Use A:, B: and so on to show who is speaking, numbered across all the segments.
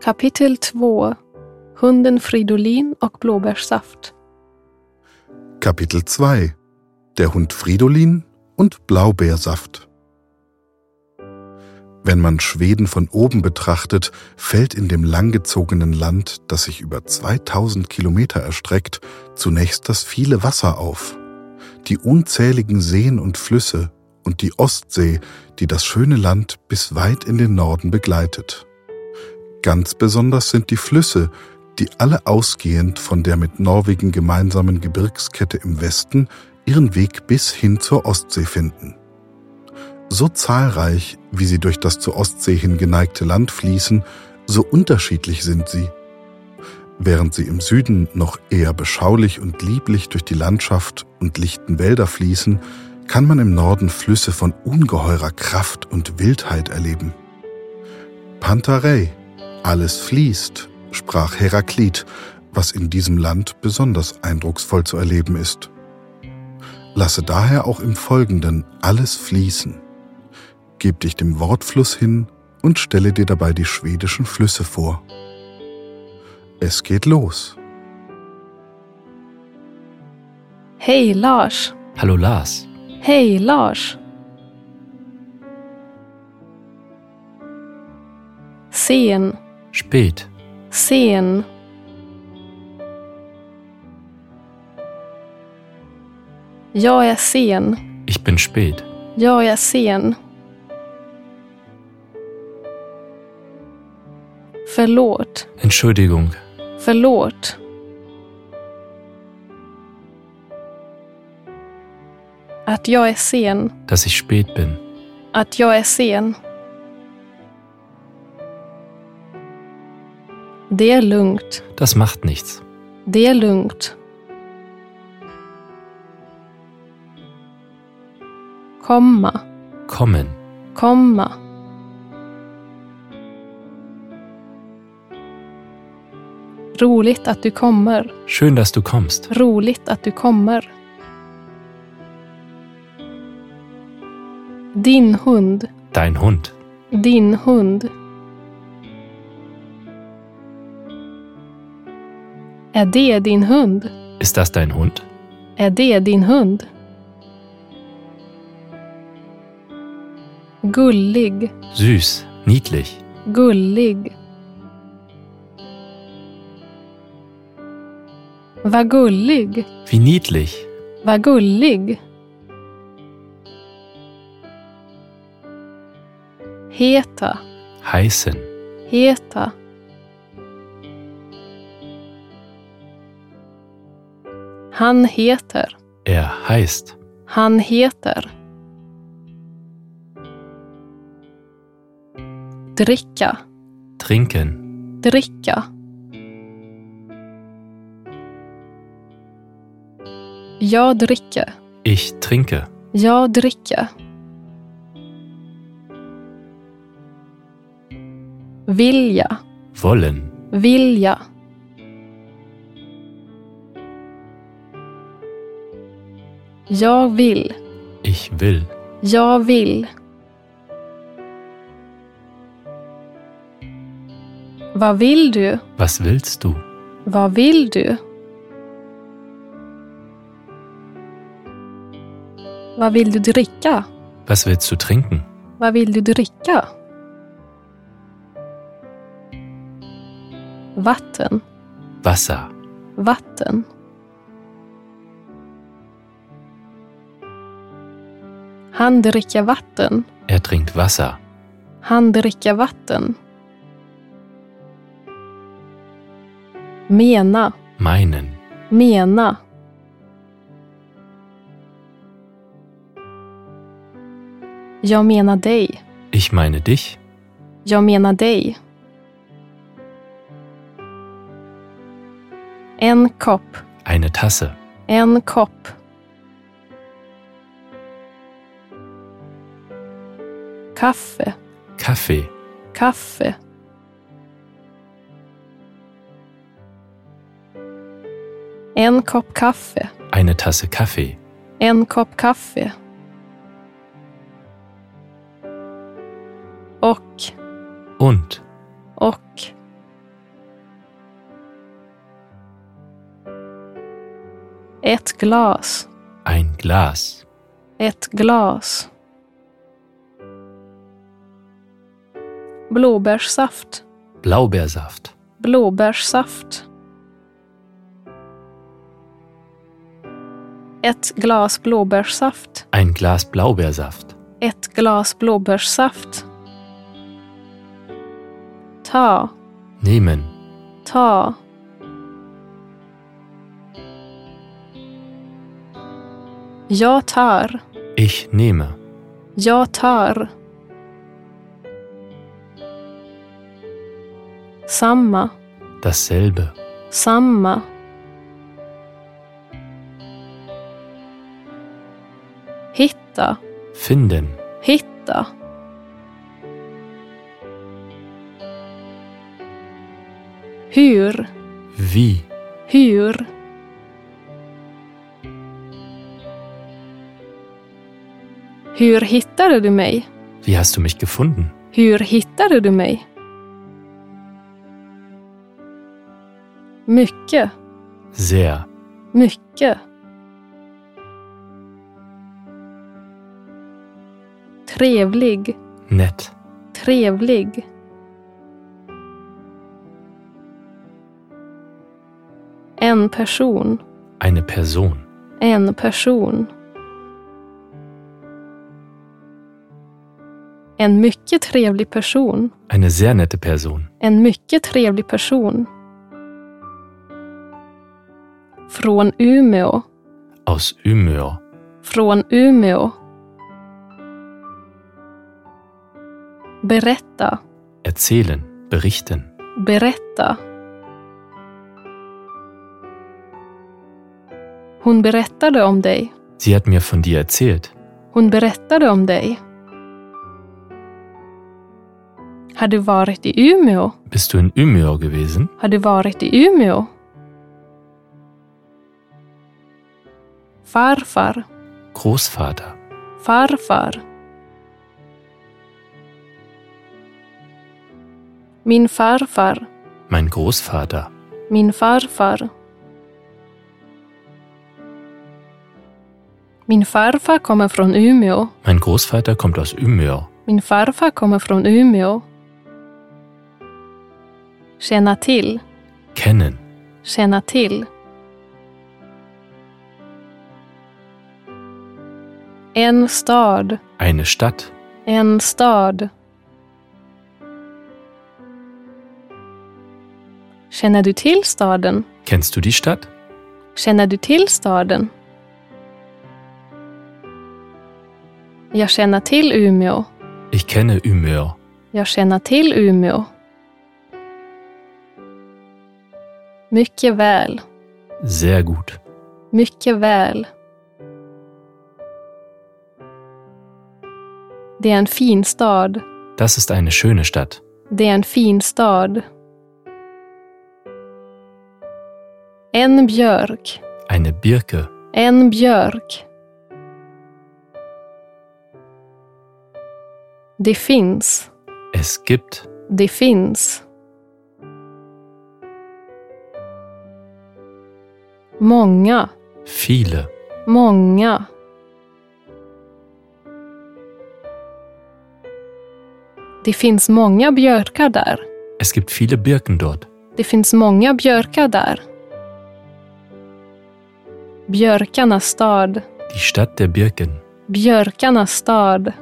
A: Kapitel 2 Hunden Fridolin och blåbärssaft
B: Kapitel 2 Der Hund Fridolin und Blaubeersaft Wenn man Schweden von oben betrachtet, fällt in dem langgezogenen Land, das sich über 2000 Kilometer erstreckt, zunächst das viele Wasser auf. Die unzähligen Seen und Flüsse und die Ostsee, die das schöne Land bis weit in den Norden begleitet. Ganz besonders sind die Flüsse, die alle ausgehend von der mit Norwegen gemeinsamen Gebirgskette im Westen ihren Weg bis hin zur Ostsee finden. So zahlreich, wie sie durch das zur Ostsee hin geneigte Land fließen, so unterschiedlich sind sie. Während sie im Süden noch eher beschaulich und lieblich durch die Landschaft und lichten Wälder fließen, kann man im Norden Flüsse von ungeheurer Kraft und Wildheit erleben. Pantarei, alles fließt, sprach Heraklit, was in diesem Land besonders eindrucksvoll zu erleben ist. Lasse daher auch im Folgenden alles fließen. Gib dich dem Wortfluss hin und stelle dir dabei die schwedischen Flüsse vor. Es geht los.
A: Hej Lars!
C: Hallo Lars.
A: Hej Lars! Sen,
C: Spät.
A: sen. Jag är sen,
C: Ich bin spät.
A: jag är sen. Förlåt,
C: Entschuldigung.
A: förlåt. Att jag är sen.
C: Dass ich spät bin.
A: Att jag är sen. Det är lugnt.
C: Das macht nichts.
A: Det är lugnt. Komma,
C: Kommen.
A: komma. Roligt att du kommer.
C: Schön, dass du kommst.
A: Roligt att du kommer. Din hund.
C: Dein Hund.
A: Din hund. Är det din hund?
C: Ist das dein Hund?
A: Är det din hund? Gullig,
C: Süß. Niedlich.
A: gullig. Vad gullig,
C: Wie niedlich.
A: vad gullig. Heta,
C: Heißen.
A: heta. Han heter,
C: Er heißt.
A: han heter. Dricka,
C: Trinken.
A: dricka. Jag dricker,
C: Ich trinke.
A: jag dricker. Vilja,
C: Wollen.
A: Vilja. Jag vill.
C: Ich will.
A: Jag vill. Vad vill du?
C: Was willst du?
A: Vad vill du? Vad vill du dricka?
C: Was willst du trinken?
A: Vad vill du dricka? Vatten.
C: Wasser.
A: vatten. Han dricker vatten.
C: Er trinkt Wasser.
A: Han dricker vatten. Mena,
C: Meinen.
A: mena. Jag menar dig.
C: Ich meine dich.
A: Jag menar dig. En kopp.
C: Eine Tasse.
A: En kopp. Kaffe,
C: Kaffee.
A: kaffe. En kopp kaffe,
C: Eine Tasse Kaffee.
A: en kopp kaffe. Och,
C: Und
A: och. Ett glas.
C: ein Glas,
A: Ett glas. Blåbärssaft.
C: Blaubeersaft,
A: Blåbärssaft. Ett glas blåbärssaft.
C: ein Glas Blaubeersaft,
A: Ett glas blåbärssaft. Ta,
C: nehmen,
A: ta. Jag tar,
C: ich nehme,
A: jag tar. Samma,
C: dasselbe,
A: samma. Hitta,
C: finden,
A: Hitta. Hur,
C: wie,
A: hur. Hur hittade du mig?
C: wie hast du mich gefunden?
A: Hur hittade du mig? Mycket,
C: Sehr,
A: mycket. Trevlig.
C: nett,
A: Trevlig. En person.
C: eine Person,
A: En person. En mycket trevlig person.
C: eine sehr nette Person,
A: En mycket trevlig person. Från Umeå.
C: aus Umeå,
A: Från Umeå. Berätta.
C: erzählen, berichten,
A: Berätta. Hon berättade om dig.
C: sie hat mir von dir erzählt,
A: Hon berättade om dig. Har du varit i Umeå?
C: bist du in Umeå gewesen?
A: Har du varit i Umeå? Farfar,
C: Großvater,
A: farfar. Min farfar.
C: mein Großvater,
A: Min farfar. Min farfar kommer från Umeå.
C: mein Großvater kommt aus Umeå,
A: Min farfar kommer från Umeå. Känna till,
C: kennen,
A: känna till. En stad,
C: eine Stadt,
A: en stad. Känner du till staden?
C: kennst du die Stadt?
A: Känner du till staden? Jag känner till Umeå.
C: Ich kenne Umeå,
A: Jag känner till Umeå. Mycket väl,
C: sehr gut,
A: mycket väl. Det är en fin stad.
C: das ist eine schöne Stadt,
A: Det är en fin stad. En björk.
C: eine Birke,
A: En björk. Det finns.
C: es gibt,
A: Det finns. Många.
C: viele,
A: Många. Det finns många björkar där.
C: es gibt viele Birken dort,
A: Det finns många björkar där. Björkarnas stad.
C: die Stadt der Birken,
A: Björkarnas stad.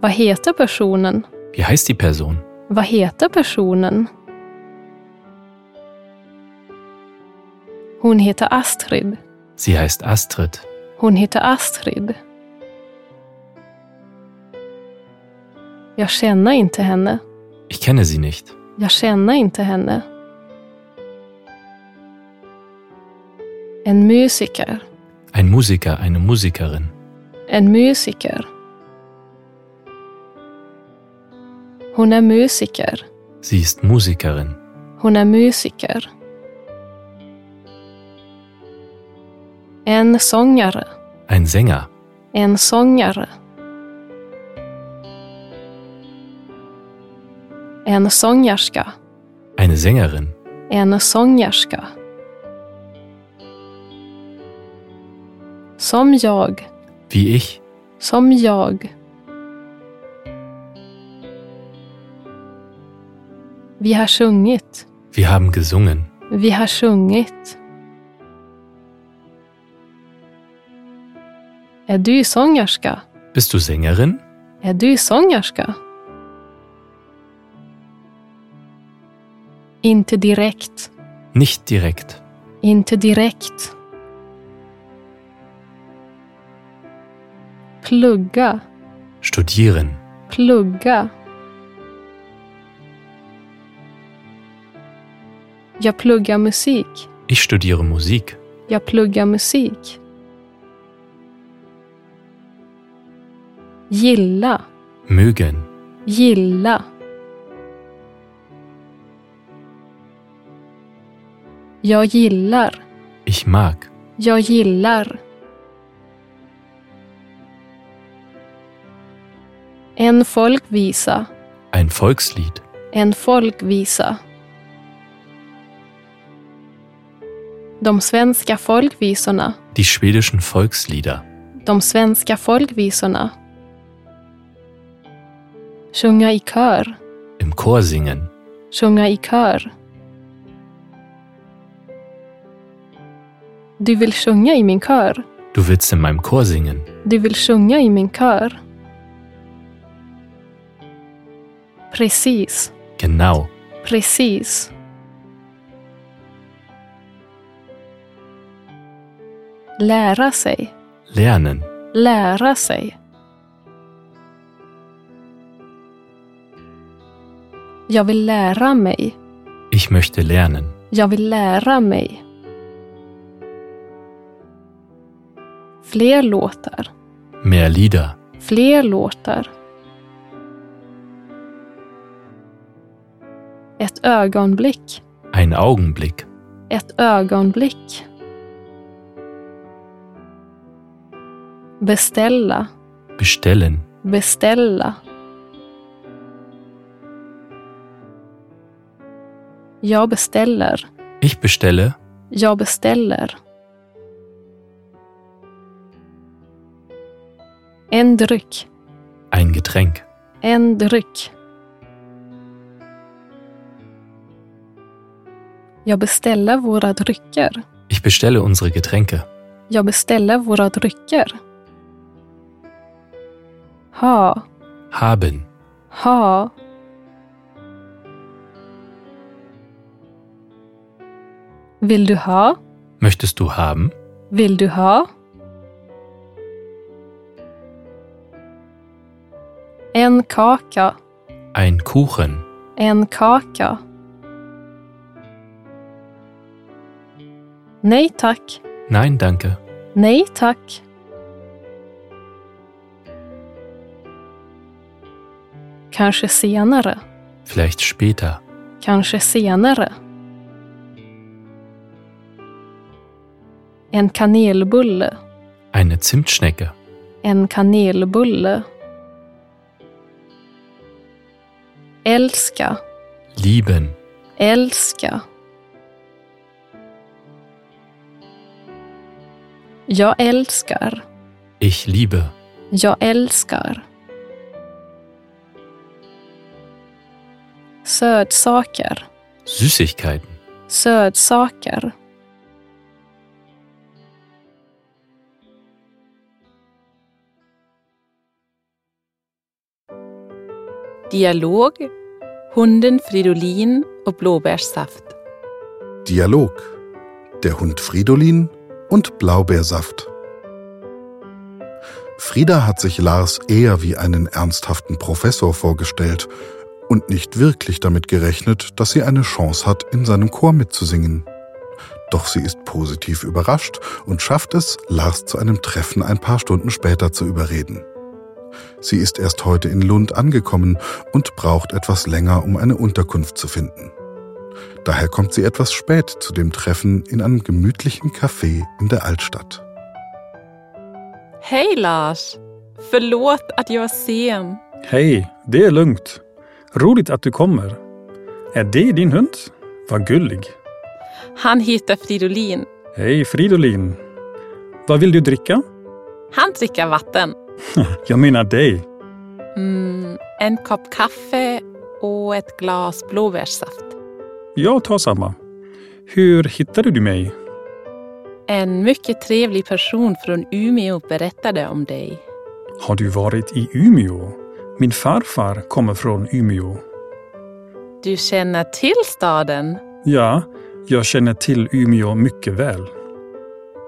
A: Vad heter personen?
C: wie heißt die Person?
A: Vad heter personen? Hon heter Astrid.
C: Sie heißt Astrid,
A: Hon heter Astrid. Jag känner inte henne.
C: ich kenne sie nicht,
A: Jag känner inte henne. En musiker.
C: ein Musiker, eine Musikerin,
A: En musiker. Hon är musiker.
C: sie ist Musikerin,
A: Hon är musiker. En sångare.
C: ein Sänger,
A: En sångare. En sångerska.
C: eine Sängerin,
A: En sångerska. Som jag,
C: Wie ich.
A: som jag. Vi har sjungit,
C: Wir haben gesungen.
A: vi har sjungit. Är du sångerska?
C: Bist du Sängerin?
A: Är du sångerska? Inte direkt.
C: Nicht direkt.
A: Inte direkt. Plugga,
C: Studieren.
A: plugga. Jag pluggar musik.
C: Ich studiere Musik.
A: Jag pluggar musik. Gilla,
C: Mögen.
A: gilla. Jag gillar.
C: Ich mag.
A: Jag gillar. En folkvisa.
C: Ein Volkslied.
A: En folkvisa. De svenska folkvisorna.
C: Die schwedischen Volkslieder.
A: De svenska folkvisorna. Sjunga i kör.
C: Im Chor singen.
A: Sjunga i kör. Du vill sjunga i min kör.
C: Du willst in meinem Chor singen.
A: Du vill sjunga i min kör. Precis,
C: Genau.
A: precis. Lära sig,
C: Lernen.
A: lära sig. Jag vill lära mig,
C: Ich möchte lernen.
A: jag vill lära mig. Fler låtar.
C: Mehr Lieder.
A: fler låtar. Ett ögonblick,
C: Ein Augenblick.
A: ett ögonblick. Beställa,
C: Bestellen.
A: beställa. Jag beställer,
C: Ich bestelle.
A: jag beställer. En dryck,
C: Ein Getränk.
A: En dryck. Jag beställer våra drycker.
C: Ich bestelle unsere Getränke.
A: Jag beställer våra drycker. Ha,
C: Haben.
A: ha. Vill du ha?
C: Möchtest du haben?
A: Vill du ha? En kaka.
C: Ein Kuchen.
A: En kaka. Nej tack.
C: Nein, danke.
A: Nej tack. Kanske senare.
C: Vielleicht später.
A: Kanske senare. En kanelbulle.
C: Eine Zimtschnecke.
A: En kanelbulle. Älska.
C: Lieben.
A: Älska. Jag älskar.
C: Ich liebe.
A: Jag älskar. Sötsaker.
C: Süßigkeiten.
A: Sötsaker.
D: Dialog, Hunden Fridolin och blåbärssaft.
B: Dialog. Der Hund Fridolin und Blaubeersaft. Frieda hat sich Lars eher wie einen ernsthaften Professor vorgestellt und nicht wirklich damit gerechnet, dass sie eine Chance hat, in seinem Chor mitzusingen. Doch sie ist positiv überrascht und schafft es, Lars zu einem Treffen ein paar Stunden später zu überreden. Sie ist erst heute in Lund angekommen und braucht etwas länger, um eine Unterkunft zu finden. Daher kommt sie etwas spät zu dem Treffen in einem gemütlichen Café in der Altstadt.
D: Hej Lars! Förlåt att jag är sen.
E: Hej, det är lugnt. Roligt att du kommer. Är det din hund? Vad gullig.
D: Han heter Fridolin.
E: Hej Fridolin! Vad vill du dricka?
D: Han dricker vatten.
E: Jag menar dig.
D: Mm, en kopp kaffe och ett glas blåbärssaft.
E: Jag tar samma. Hur hittade du mig?
D: En mycket trevlig person från Umeå berättade om dig.
E: Har du varit i Umeå? Min farfar kommer från Umeå.
D: Du känner till staden.
E: Ja, jag känner till Umeå mycket väl.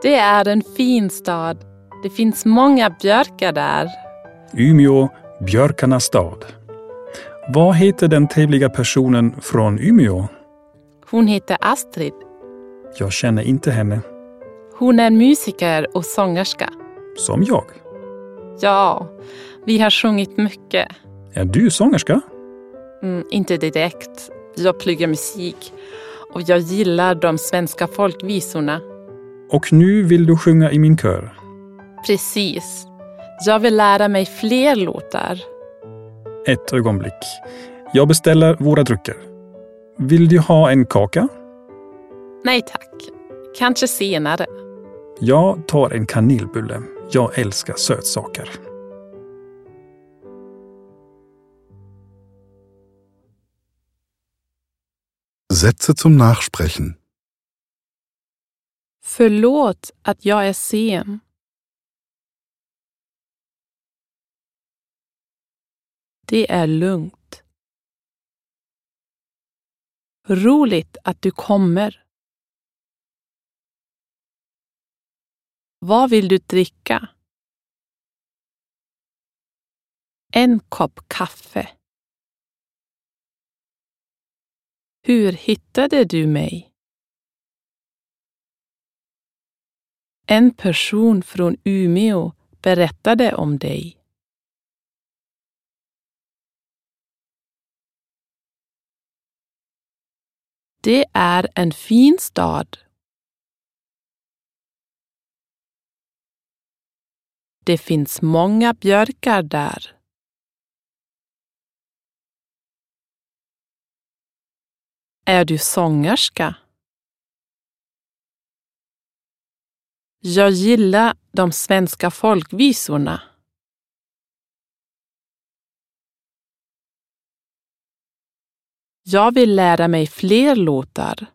D: Det är en fin stad. Det finns många björkar där.
E: Umeå, björkarnas stad. Vad heter den trevliga personen från Umeå?
D: Hon heter Astrid.
E: Jag känner inte henne.
D: Hon är musiker och sångerska.
E: Som jag.
D: Ja, vi har sjungit mycket.
E: Är du sångerska?
D: Mm, inte direkt. Jag pluggar musik och jag gillar de svenska folkvisorna.
E: Och nu vill du sjunga i min kör.
D: Precis. Jag vill lära mig fler låtar.
E: Ett ögonblick. Jag beställer våra drycker. Vill du ha en kaka?
D: Nej tack. Kanske senare.
E: Jag tar en kanelbulle. Jag älskar sötsaker.
B: Sätze zum Nachsprechen.
D: Förlåt att jag är sen. Det är lugnt. Roligt att du kommer. Vad vill du dricka? En kopp kaffe. Hur hittade du mig? En person från Umeå berättade om dig. Det är en fin stad. Det finns många björkar där. Är du sångerska? Jag gillar de svenska folkvisorna. Jag vill lära mig fler låtar.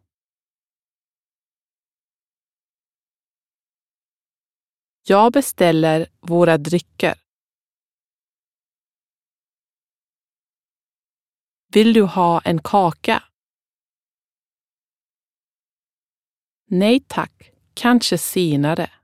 D: Jag beställer våra drycker. Vill du ha en kaka? Nej tack, kanske senare.